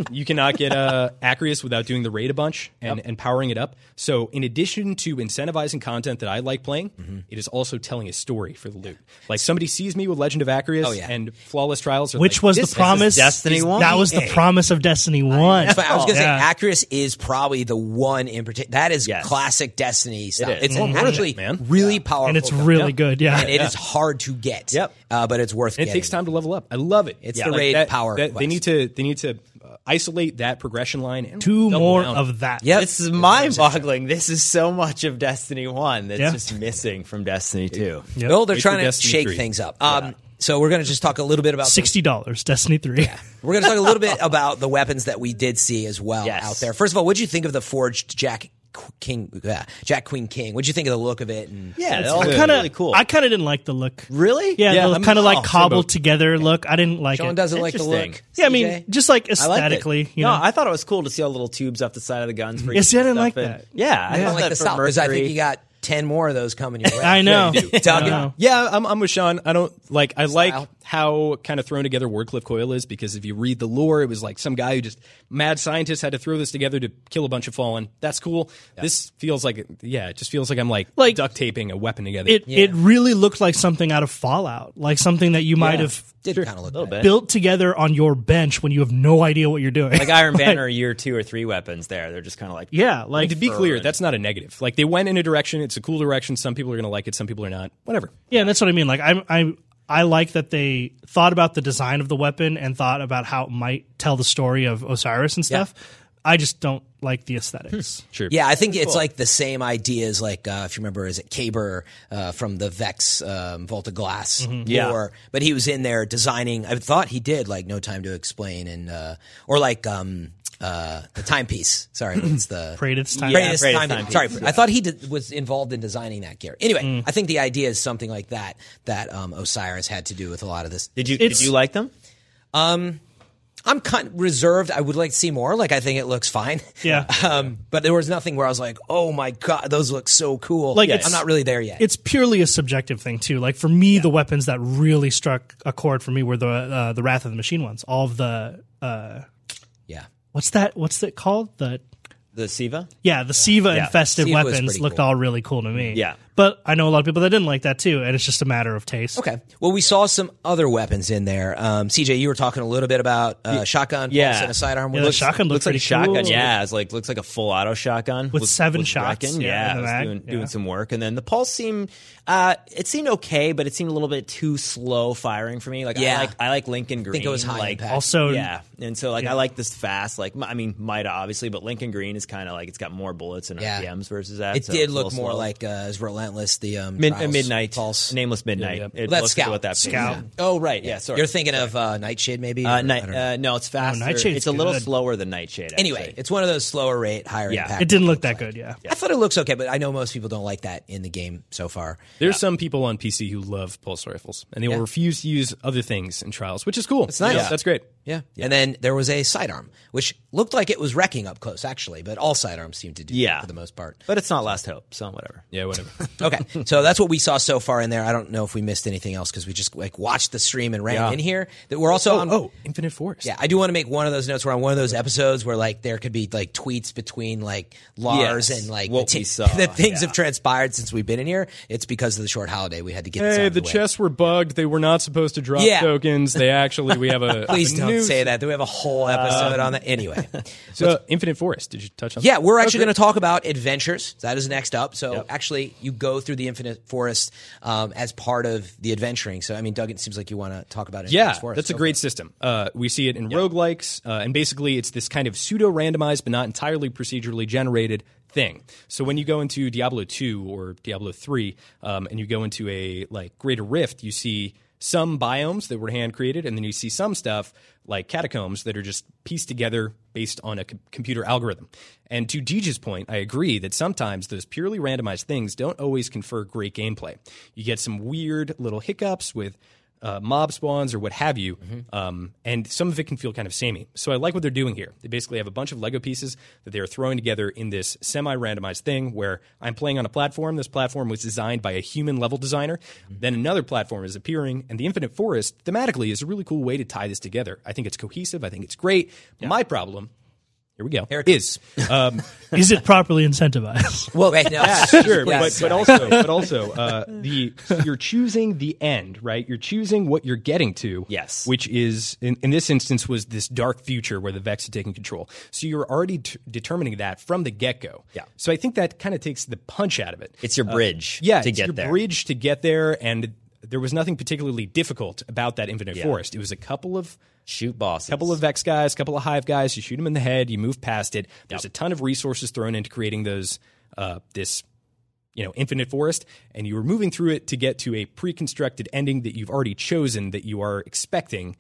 (clears throat) you cannot get uh, Acreus without doing the raid a bunch and, and powering it up. So, in addition to incentivizing content that I like playing, Mm-hmm. it is also telling a story for the loot. Like somebody sees me with Legend of Acreus Oh, yeah. and Flawless Trials, are Which like, was "This the is promise? Destiny is- 1. That was the promise of Destiny (laughs) One. But I was gonna Oh, Yeah. say Acris is probably the one in particular. That is Yes. classic Destiny stuff. is. It's Mhm. actually man. really powerful, and it's though. really good. Yeah, and it is hard to get. Yep. uh, but it's worth. And it getting. takes time to level up. I love it. It's the raid power they quest. need to they need to uh, isolate that progression line. And Two double more down. of that. Yep. (laughs) This is mind-boggling. This is so much of Destiny One that's Yeah. just missing from Destiny Two. Yep. Well, they're Wait for trying to Destiny shake 3. things up. Um, So we're going to just talk a little bit about the Sixty dollars, Destiny Three. We're going to talk a little bit about the weapons that we did see as well Yes. out there. First of all, what would you think of the forged Jack Qu- King, uh, Jack Queen King? What would you think of the look of it? And Yeah, It's all good. kind of really cool. (laughs) I kind of didn't like the look. really? Yeah, Yeah, the I'm- kind of oh, like same cobbled boat. together look. I didn't like John it. doesn't like the Interesting. look. yeah, I mean, CJ? just like I liked it. aesthetically, you no, know. I thought it was cool to see all the little tubes off the side of the guns. For Yeah, each see, I didn't stuff like and- that. Yeah, I don't thought like the that for style because I think Mercury- you got ten more of those coming (laughs) your way. I know. Doug, I know. Yeah, I'm, I'm with Sean. I don't like. I Style. like how kind of thrown together Warcliffe Coil is because if you read the lore, it was like some guy who just mad scientist had to throw this together to kill a bunch of fallen. That's cool. This feels like yeah, it just feels like I'm like, Like- duct taping a weapon together. it it really looked like something out of Fallout, like something that you might have (laughs) did kind of look bad. bit. built together on your bench when you have no idea what you're doing. like Iron Banner year two or three weapons. There, they're just kind of like (laughs) yeah, Like, like to be clear, that's not a negative. Like they went in a direction. It's a cool direction. Some people are gonna like it. Some people are not. Whatever. yeah, and that's what I mean. Like I'm I'm I like that they thought about the design of the weapon and thought about how it might tell the story of Osiris and stuff. I just don't like the aesthetics. Sure. Yeah, I think it's like the same idea as like uh, if you remember, is it Caber uh, from the Vex um, Volta Glass? Mm-hmm. Yeah. lore, but he was in there designing. I thought he did like No Time to Explain and uh, or like um, uh, the timepiece. (laughs) Sorry, it's the Parade its time. Praetus Praetus time- timepiece, Mm. Sorry, I thought he did, was involved in designing that gear. Anyway, I think the idea is something like that that um, Osiris had to do with a lot of this. Did you did It's- you like them? I'm kind of reserved. I would like to see more. Like I think it looks fine. Yeah. (laughs) Um, but there was nothing where I was like, "Oh my god, those look so cool." Like, I'm it's- not really there yet. it's purely a subjective thing too. Like for me, the weapons that really struck a chord for me were the uh, the Wrath of the Machine ones. All of the uh, yeah. what's that? What's that called? The The Siva? yeah, the Siva infested Siva was weapons pretty looked cool. all really cool to me. Yeah. but I know a lot of people that didn't like that too, and it's just a matter of taste. Okay. Well, we saw some other weapons in there. Um, CJ, you were talking a little bit about uh, shotgun, pulse, Yeah. and a sidearm. Yeah, the shotgun Looks looked like pretty a shotgun. cool. Yeah, it's like looks like a full auto shotgun With seven shots, reckon, yeah, Yeah, in the it was mag, doing, yeah. doing some work. And then the pulse seemed, uh, it seemed okay, but it seemed a little bit too slow firing for me. Like Yeah. I like I like Lincoln Green. it was high like, impact. Also, yeah, and so like I like this fast. Like I mean, Mida obviously, but Lincoln Green is kind of like it's got more bullets and Yeah. RPMs versus that. It so did it's a look little more slow. like uh, as relentless. The um, Mid- uh, Trials midnight, pulse. nameless midnight. yeah. It Well, that's looks Scout. like what that Scout. Yeah. Oh right, yeah. Sorry, You're thinking of uh, nightshade, maybe. uh, Or- I night, don't know. uh, no, it's Oh, faster. Nightshade's it's a little good. slower than Nightshade. anyway, actually. it's one of those slower rate, higher Yeah. impact. it didn't look that good. Yeah, I thought it looks okay, but I know most people don't like that in the game so far. There's some people on PC who love pulse rifles and they will refuse to use other things in trials, which is cool. It's nice. That's great. Yeah. And then there was a sidearm, which looked like it was wrecking up close, actually, but all sidearms seem to do Yeah. that for the most part. but it's not Last Hope, so whatever. (laughs) Yeah, whatever. Okay. so that's what we saw so far in there. I don't know if we missed anything else because we just like watched the stream and ran in here. That we're also on oh, Infinite Forest. Yeah, I do want to make one of those notes. We're on one of those episodes where like there could be like tweets between like Lars Yes, and like (laughs) what the, we saw, that things yeah. have transpired since we've been in here. It's because of the short holiday. We had to get this out Hey, of the, the way. chests were bugged. They were not supposed to drop Yeah. tokens. They actually, we (laughs) have a. Please a don't new- say that. Do we have a whole episode on that? Anyway, So, Infinite Forest. Did you touch on? yeah, we're actually going to talk about adventures. That is next up. So actually, you go through the infinite forest um, as part of the adventuring. So I mean, Doug, it seems like you want to talk about it. Yeah, that's a great system. Uh, we see it in roguelikes, uh, and basically it's this kind of pseudo randomized but not entirely procedurally generated thing. So when you go into Diablo 2 or Diablo 3 um, and you go into a like Greater Rift, you see some biomes that were hand created, and then you see some stuff like catacombs that are just pieced together based on a co- computer algorithm. And to Deej's point, I agree that sometimes those purely randomized things don't always confer great gameplay. You get some weird little hiccups with uh, mob spawns or what have you. Um, and some of it can feel kind of samey. So I like what they're doing here. They basically have a bunch of Lego pieces that they are throwing together in this semi randomized thing where I'm playing on a platform. This platform was designed by a human level designer. Then another platform is appearing. And the Infinite Forest thematically is a really cool way to tie this together. I think it's cohesive. I think it's great. My problem. Here we go. Here is um, is it properly incentivized? Well, wait, (laughs) no, sure, but, Yes. but also, but also, uh, the you're choosing the end, right? You're choosing what you're getting to. Yes. which is in, in this instance was this dark future where the Vex had taken control. So you're already t- determining that from the get go. Yeah. So I think that kind of takes the punch out of it. It's your bridge. yeah, to it's get your there. bridge to get there, and there was nothing particularly difficult about that Infinite Yeah. Forest. It was a couple of Shoot bosses. couple of Vex guys, couple of Hive guys. You shoot them in the head, you move past it. There's a ton of resources thrown into creating those uh, this you know infinite forest, and you were moving through it to get to a pre-constructed ending that you've already chosen that you are expecting.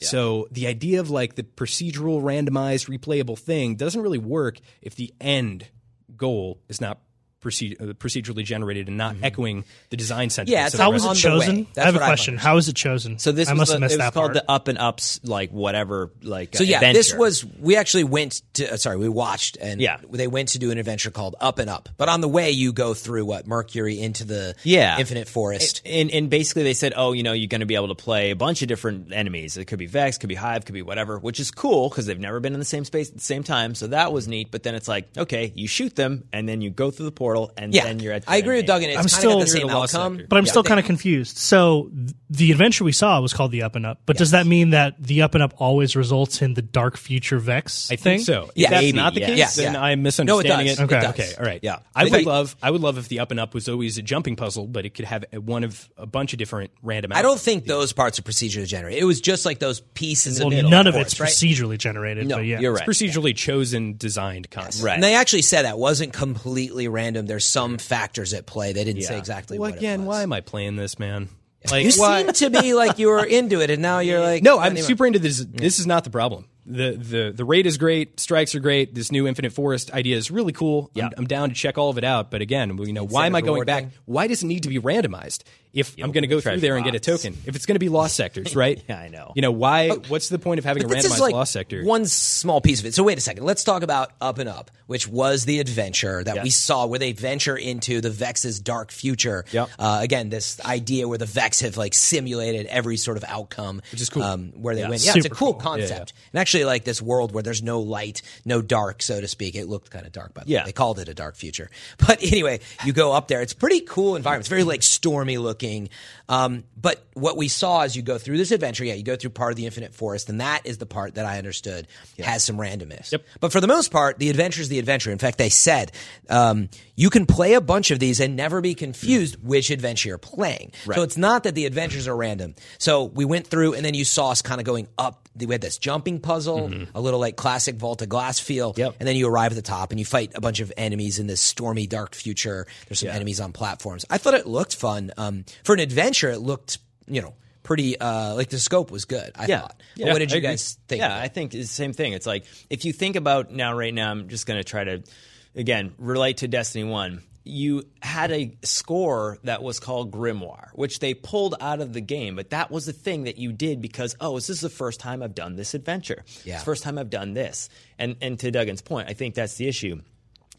So the idea of like the procedural randomized replayable thing doesn't really work if the end goal is not proceed- uh, procedurally generated and not echoing the design sentiments. Mm-hmm. Yeah, it's of the (laughs) How rest of was on it the way. chosen? That's I have a what I've question. How is it chosen? So this I was must the- have missed it was that called part. the up and ups, like whatever, like So uh, yeah, this adventure. was we actually went to uh, sorry we watched and Yeah. they went to do an adventure called Up and Up. But on the way you go through what Mercury into the Yeah. infinite forest. and and basically they said, oh, you know, you're going to be able to play a bunch of different enemies. It could be Vex, could be Hive, could be whatever, which is cool because they've never been in the same space at the same time. So that was neat. But then it's like, okay, you shoot them and then you go through the portal and yeah, then you're at. The I agree with endgame. Doug, and it's I'm kind still- of the same You're the lost outcome. sector. But I'm Yeah. still kind of confused. So th- the adventure we saw was called the Up and Up. But does that mean that the Up and Up always results in the dark future Vex? I thing? think so. If Yeah, that's maybe, not the yeah. case, Yeah, then yeah. I'm No, it misunderstanding does. it. Okay. It does. Okay, all right. Yeah. I They- would love I would love if the up and up was always a jumping puzzle, but it could have one of a bunch of different random I don't outcomes. think those parts are procedurally generated. It was just like those pieces Well, of middle, none of course, it's right? procedurally generated. No, but yeah. you're right. procedurally chosen designed concepts. Right. And they actually said that wasn't completely random. There's some factors at play. They didn't say Yeah. exactly Well, what again, it why was. am I playing (laughs) this, man? Like You why? (laughs) seem to be like you were into it, and now (laughs) you're like, no, I'm anyway. super into this. This is not the problem. The, the the raid is great. Strikes are great. This new Infinite Forest idea is really cool. I'm, I'm down to check all of it out. But again, you know, why am I going reward back? thing. Why does it need to be randomized? If I'm going to go through treasure there and get a box. token, if it's going to be lost sectors, (laughs) right? Yeah, I know. You know why? What's the point of having a Oh. But this randomized is like lost sector? one small piece of it. So wait a second. Let's talk about Up and Up, which was the adventure that we saw where they venture into the Vex's dark future. Yep. Uh, again, this idea where the Vex have like simulated every sort of outcome, which is cool. Um, where they went, yeah, it's a Super cool, cool. concept. And actually, like this world where there's no light, no dark, so to speak. It looked kind of dark, by the way. Yeah. They called it a dark future. (laughs) But anyway, you go up there. It's pretty cool environment. It's very like stormy looking. Um, but what we saw as you go through this adventure, yeah, you go through part of the infinite forest, and that is the part that I understood has some randomness. Yep. But for the most part, the adventure is the adventure. In fact, they said um, you can play a bunch of these and never be confused which adventure you're playing. So it's not that the adventures are random. So we went through, and then you saw us kind of going up. We had this jumping puzzle, a little like classic vault of glass feel. Yep. And then you arrive at the top and you fight a bunch of enemies in this stormy, dark future. There's some enemies on platforms. I thought it looked fun. Um, for an adventure, it looked, you know, pretty, uh, like the scope was good, I Yeah. thought. But Yeah, what did I you agree. guys think? Yeah, I think it's the same thing. It's like if you think about now, right now, I'm just going to try to again relate to Destiny One. You had a score that was called Grimoire, which they pulled out of the game, but that was the thing that you did because oh, this is the first time I've done this adventure. Yeah. It's the first time I've done this. And and to Duggan's point, I think that's the issue.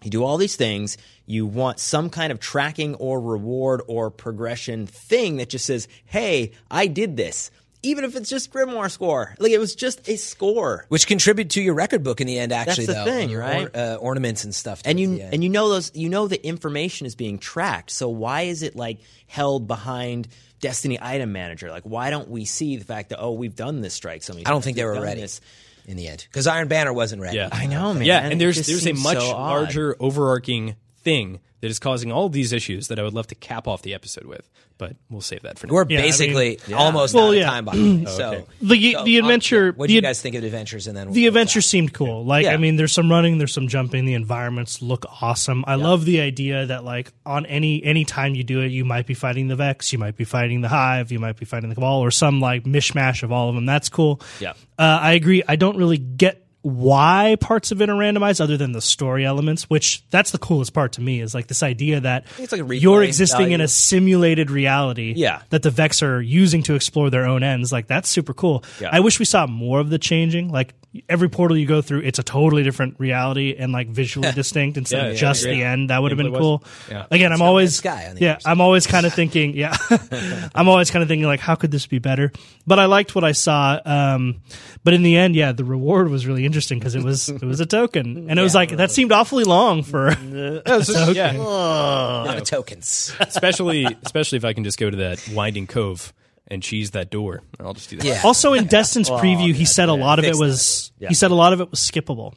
You do all these things. You want some kind of tracking or reward or progression thing that just says, "Hey, I did this." Even if it's just Grimoire score, like it was just a score, Which contributed to your record book in the end, actually, the though. thing, and your right? uh, ornaments and stuff. and you towards the end. and you know those you know the information is being tracked. So why is it like held behind Destiny Item Manager? Like why don't we see the fact that oh we've done this strike so many? I don't times, think they we've were done ready this. in the end because Iron Banner wasn't ready. Yeah. I know, man. Yeah, It and there's just there's a seems much so odd. larger overarching thing that is causing all of these issues that I would love to cap off the episode with, but we'll save that for now. We're Yeah, I mean- basically almost Well, out of yeah. time, by the way. So, The- so, the um, adventure- what do you the- guys think of the adventures? And then we'll The go (laughs) adventure back. seemed cool. Like, Yeah. I mean, there's some running, there's some jumping. The environments look awesome. I love the idea that, like, on any any time you do it, you might be fighting the Vex, you might be fighting the Hive, you might be fighting the Cabal, or some like mishmash of all of them. That's cool. Yeah. uh, I agree. I don't really get why parts of it are randomized, other than the story elements, which that's the coolest part to me. Is like this idea that it's like a replay you're existing in value. a simulated reality Yeah. that the Vex are using to explore their own ends. Like that's super cool. Yeah. I wish we saw more of the changing. Like every portal you go through, it's a totally different reality and like visually distinct instead Yeah, of yeah, just yeah. the end. That would have been Gameplay-wise, cool. yeah. Again, I'm always sky on the yeah. other I'm always kind of thinking yeah. (laughs) I'm always kind of thinking like how could this be better? But I liked what I saw. Um, but in the end, yeah, the reward was really interesting because it was it was a token and it was like that seemed awfully long for. (laughs) yeah, A lot of tokens. especially especially if I can just go to that winding cove and cheese that door. I'll just do that. (laughs) Yeah. Oh, Also, in Destin's preview, he said a lot of it was he said a lot of it was skippable.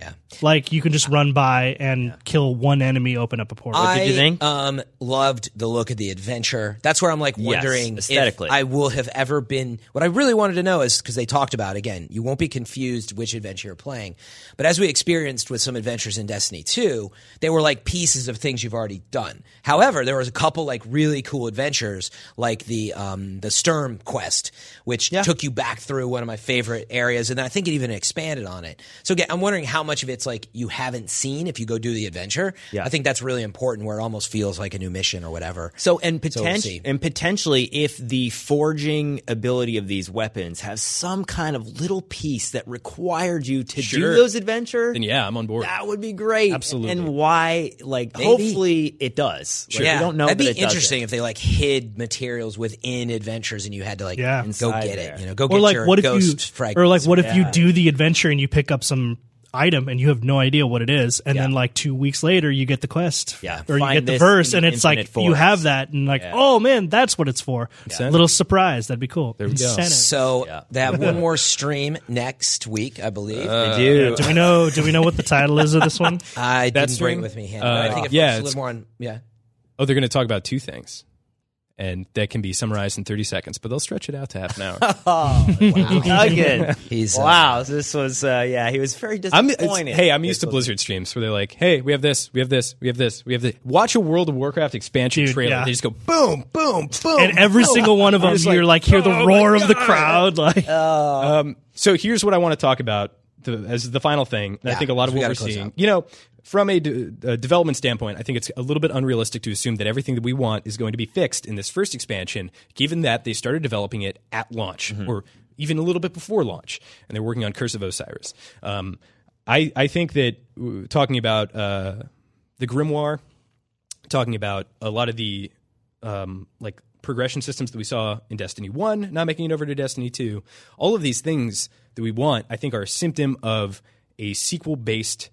Yeah. Like you can just run by and kill one enemy, open up a portal. I did you think? um loved the look of the adventure. That's where I'm like wondering if aesthetically. I will have ever been. What I really wanted to know is because they talked about again, you won't be confused which adventure you're playing. But as we experienced with some adventures in Destiny 2, they were like pieces of things you've already done. However, there was a couple like really cool adventures, like the um the Sturm quest, which took you back through one of my favorite areas, and I think it even expanded on it. So again, I'm wondering how much of it's like you haven't seen if you go do the adventure. Yeah. I think that's really important where it almost feels like a new mission or whatever. So So and we'll see. potentially and potentially if the forging ability of these weapons has some kind of little piece that required you to Sure. do those adventure, And yeah, I'm on board. that would be great. Absolutely. And why like hopefully it does. Like, yeah, We don't know That'd but be it does interesting it. if they like hid materials within adventures and you had to like Yeah. go Inside get there. it. You know, go or get like your what if you ghost fragments. or like what if you do the adventure and you pick up some item and you have no idea what it is and then like two weeks later you get the quest Yeah. or you Find get the this verse in and the it's like infinite you have forest. that and like oh man that's what it's for little surprise that'd be cool there we go. So they have one more stream next week, I believe. They do. do we know do we know what the title is of (laughs) this one I didn't bring stream? it with me, Hannah. Uh, but I think it yeah, yeah, a it's- little more on. Yeah, Oh, they're going to talk about two things, and that can be summarized in 30 seconds, but they'll stretch it out to half an (laughs) hour. Again. (laughs) he's uh, wow, this was uh, yeah, he was very I'm, disappointed. it's- hey, I'm used to Blizzard streams where they're like, "Hey, we have this, we have this, we have this, we have this." Watch a World of Warcraft expansion Dude, trailer. yeah. They just go boom, boom, boom, and every boom. single one of Oh, I'm them just you're like hear the "Oh my roar of the God." crowd like So here's what I want to talk about the, as the final thing. and I think a lot of we what gotta we're close seeing, out. you know, from a, de- a development standpoint, I think it's a little bit unrealistic to assume that everything that we want is going to be fixed in this first expansion, given that they started developing it at launch Mm-hmm. or even a little bit before launch, and they're working on Curse of Osiris. Um, I I think that uh, talking about uh, the Grimoire talking about a lot of the um, like progression systems that we saw in Destiny One, not making it over to Destiny Two. All of these things that we want, I think, are a symptom of a sequel based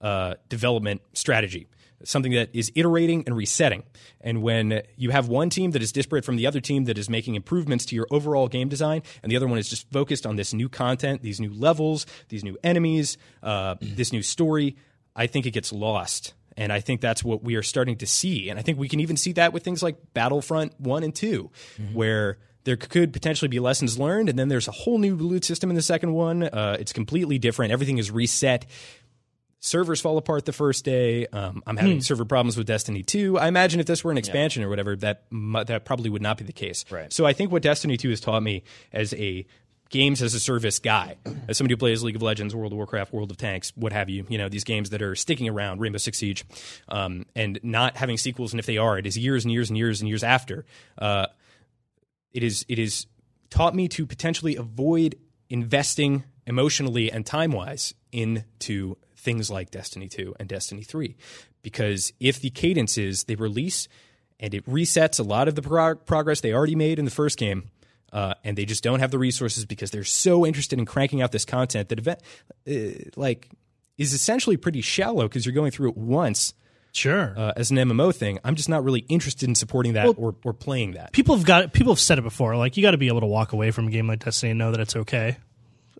uh, development strategy. Something that is iterating and resetting. And when you have one team that is disparate from the other team that is making improvements to your overall game design, and the other one is just focused on this new content, these new levels, these new enemies, uh, this new story, I think it gets lost. And I think that's what we are starting to see. And I think we can even see that with things like Battlefront 1 and 2, where there could potentially be lessons learned. And then there's a whole new loot system in the second one. Uh, it's completely different, everything is reset. Servers fall apart the first day. Um, I'm having server problems with Destiny 2. I imagine if this were an expansion or whatever, that mu- that probably would not be the case. Right. So I think what Destiny 2 has taught me as a games as a service guy, as somebody who plays League of Legends, World of Warcraft, World of Tanks, what have you, you know, these games that are sticking around, Rainbow Six Siege, um, and not having sequels, and if they are, it is years and years and years and years after. Uh, it is it is taught me to potentially avoid investing emotionally and time wise into things like Destiny 2 and Destiny 3 because if the cadence is they release and it resets a lot of the prog- progress they already made in the first game uh, and they just don't have the resources because they're so interested in cranking out this content that event uh, like is essentially pretty shallow because you're going through it once sure uh, as an MMO thing. I'm just not really interested in supporting that or, or playing that. people have got people have said it before. Like you got to be able to walk away from a game like Destiny and know that it's okay,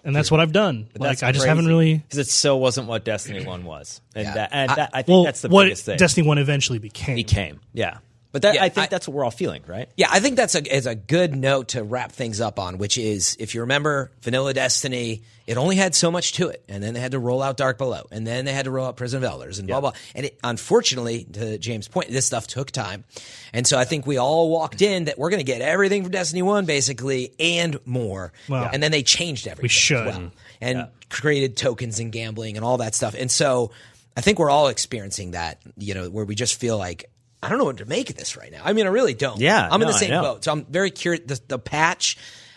and that's what I've done. Like That's I just crazy. haven't really. because it so wasn't what (clears throat) Destiny One was, and that, and I, that, I think Well, that's the what biggest thing. Destiny One eventually became. He came, yeah, but that, Yeah, I think I- that's what we're all feeling, right? Yeah, I think that's a is a good note to wrap things up on, which is if you remember Vanilla Destiny, it only had so much to it, and then they had to roll out Dark Below, and then they had to roll out Prison of Elders, and blah blah. And it, unfortunately, to James' point, this stuff took time, and so I think we all walked in that we're going to get everything from Destiny One basically and more, and then they changed everything. We should. and created tokens and gambling and all that stuff. And so I think we're all experiencing that, you know, where we just feel like, I don't know what to make of this right now. I mean, I really don't. Yeah, I'm in no, the I same know. boat. So I'm very curious. The, the patch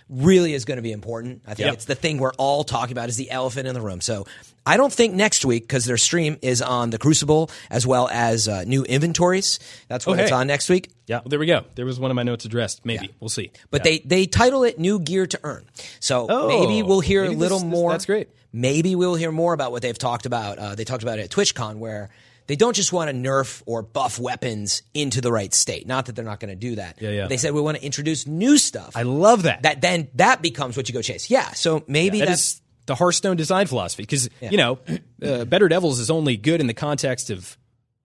really is going to be important. I think Yep. it's the thing we're all talking about is the elephant in the room. So I don't think next week, because their stream is on the Crucible as well as uh, new inventories. That's what Oh, it's hey. on next week. Well, there we go. There was one of my notes addressed. Maybe we'll see. But they, they title it New Gear to Earn. So maybe we'll hear Oh, maybe a this- little this- more. that's great. Maybe we'll hear more about what they've talked about. Uh, they talked about it at TwitchCon where they don't just want to nerf or buff weapons into the right state. Not that they're not going to do that. yeah. But they said we want to introduce new stuff. I love that. that then that becomes what you go chase. Yeah. So maybe that that's is the Hearthstone design philosophy because you know, (clears throat) uh, Better Devils is only good in the context of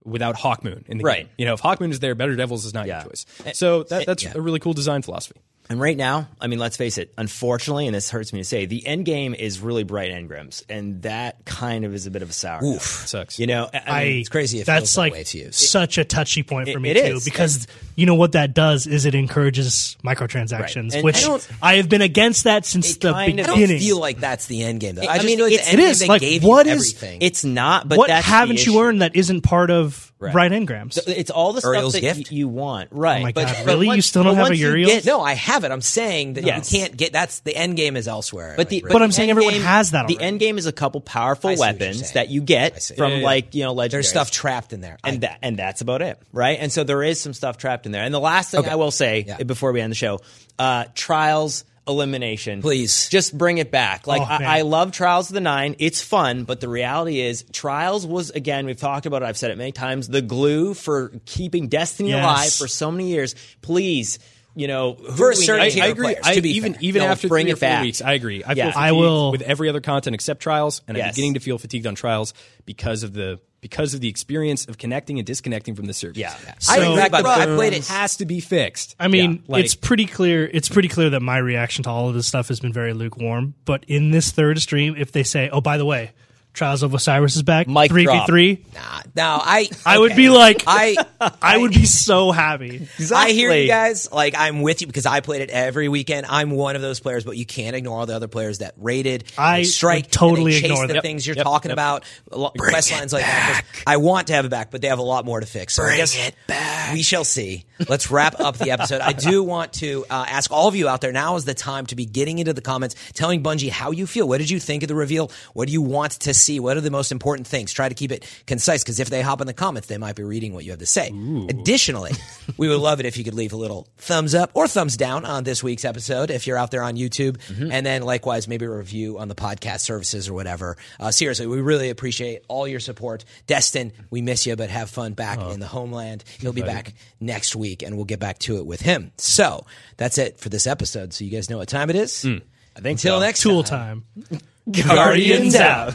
without Hawkmoon in the Right. game. You know, if Hawkmoon is there, Better Devils is not Yeah. your choice. So that, that's a really cool design philosophy. And right now, I mean, let's face it, unfortunately, and this hurts me to say, the end game is really bright engrams, and that kind of is a bit of a sour. note. Sucks. You know, I, I mean, it's crazy it feels that's that like way to you. such a touchy point for me it too, is. because you know what that does is it encourages microtransactions, Right. And I which don't- I, have been against that since It the kind beginning. of- I don't feel like that's the end game though. I I just mean, feel like it's- the end it game is. they Like, gave you what is- everything. it's not, but what that's the haven't you issue. earned that isn't part of right engrams? It's all the Uriel's stuff that gift. y- you want, right? Oh my but, God, but really? You once- still don't but have a once you Uriel? get- no, I have it. I'm saying that Yes. you can't get. That's the end game is elsewhere. But the Like, But the I'm saying end everyone game- has that The already. end game is a couple powerful see what you're weapons saying. that you I get see. from Yeah, yeah, like you know legendary. there's stuff trapped in there. I- and that and that's about it, right? And so there is some stuff trapped in there. And the last thing I will say Yeah. before we end the show, uh, trials elimination, Please. just bring it back. Like Oh, man. I, I love Trials of the Nine; it's fun, but the reality is, Trials was again we've talked about it. I've said it many times. The glue for keeping Destiny Yes. alive for so many years. Please, you know, who For a do we certain need? tier I Tier agree. players, I, to be even fair. even No, after bring three it or four back. weeks, I agree. I Yeah. feel fatigued I will- with every other content except trials, and I'm Yes. beginning to feel fatigued on trials because of the because of the experience of connecting and disconnecting from the service. Yeah. I, So- agree with Rob. I played It it. has to be fixed. I mean, Yeah, like- it's pretty clear. It's pretty clear that my reaction to all of this stuff has been very lukewarm. But in this third stream, if they say, "Oh, by the way, Trials of Osiris is back," Mic three v drop. three, Nah, no, I. I would okay. be like, (laughs) I, I. would be so happy. I hear Exactly. you guys. Like I'm with you because I played it every weekend. I'm one of those players, but you can't ignore all the other players that rated. and I they strike. would totally and they chase ignore the them. things you're talking about. A lot- Quest lines like that. I want to have it back, but they have a lot more to fix. So I guess We shall see. Let's wrap up the episode. I do want to uh, ask all of you out there. Now is the time to be getting into the comments, telling Bungie how you feel. What did you think of the reveal? What do you want to see? What are the most important things? Try to keep it concise because if they hop in the comments, they might be reading what you have to say. Additionally, we would love it if you could leave a little thumbs up or thumbs down on this week's episode if you're out there on YouTube. And then likewise, maybe a review on the podcast services or whatever. Uh, seriously, we really appreciate all your support. Destin, we miss you, but have fun back in the homeland. He'll be back next week and we'll get back to it with him. So that's it for this episode. So you guys know what time it is. Mm. I think Until so. next Tool time. time. Guardians out.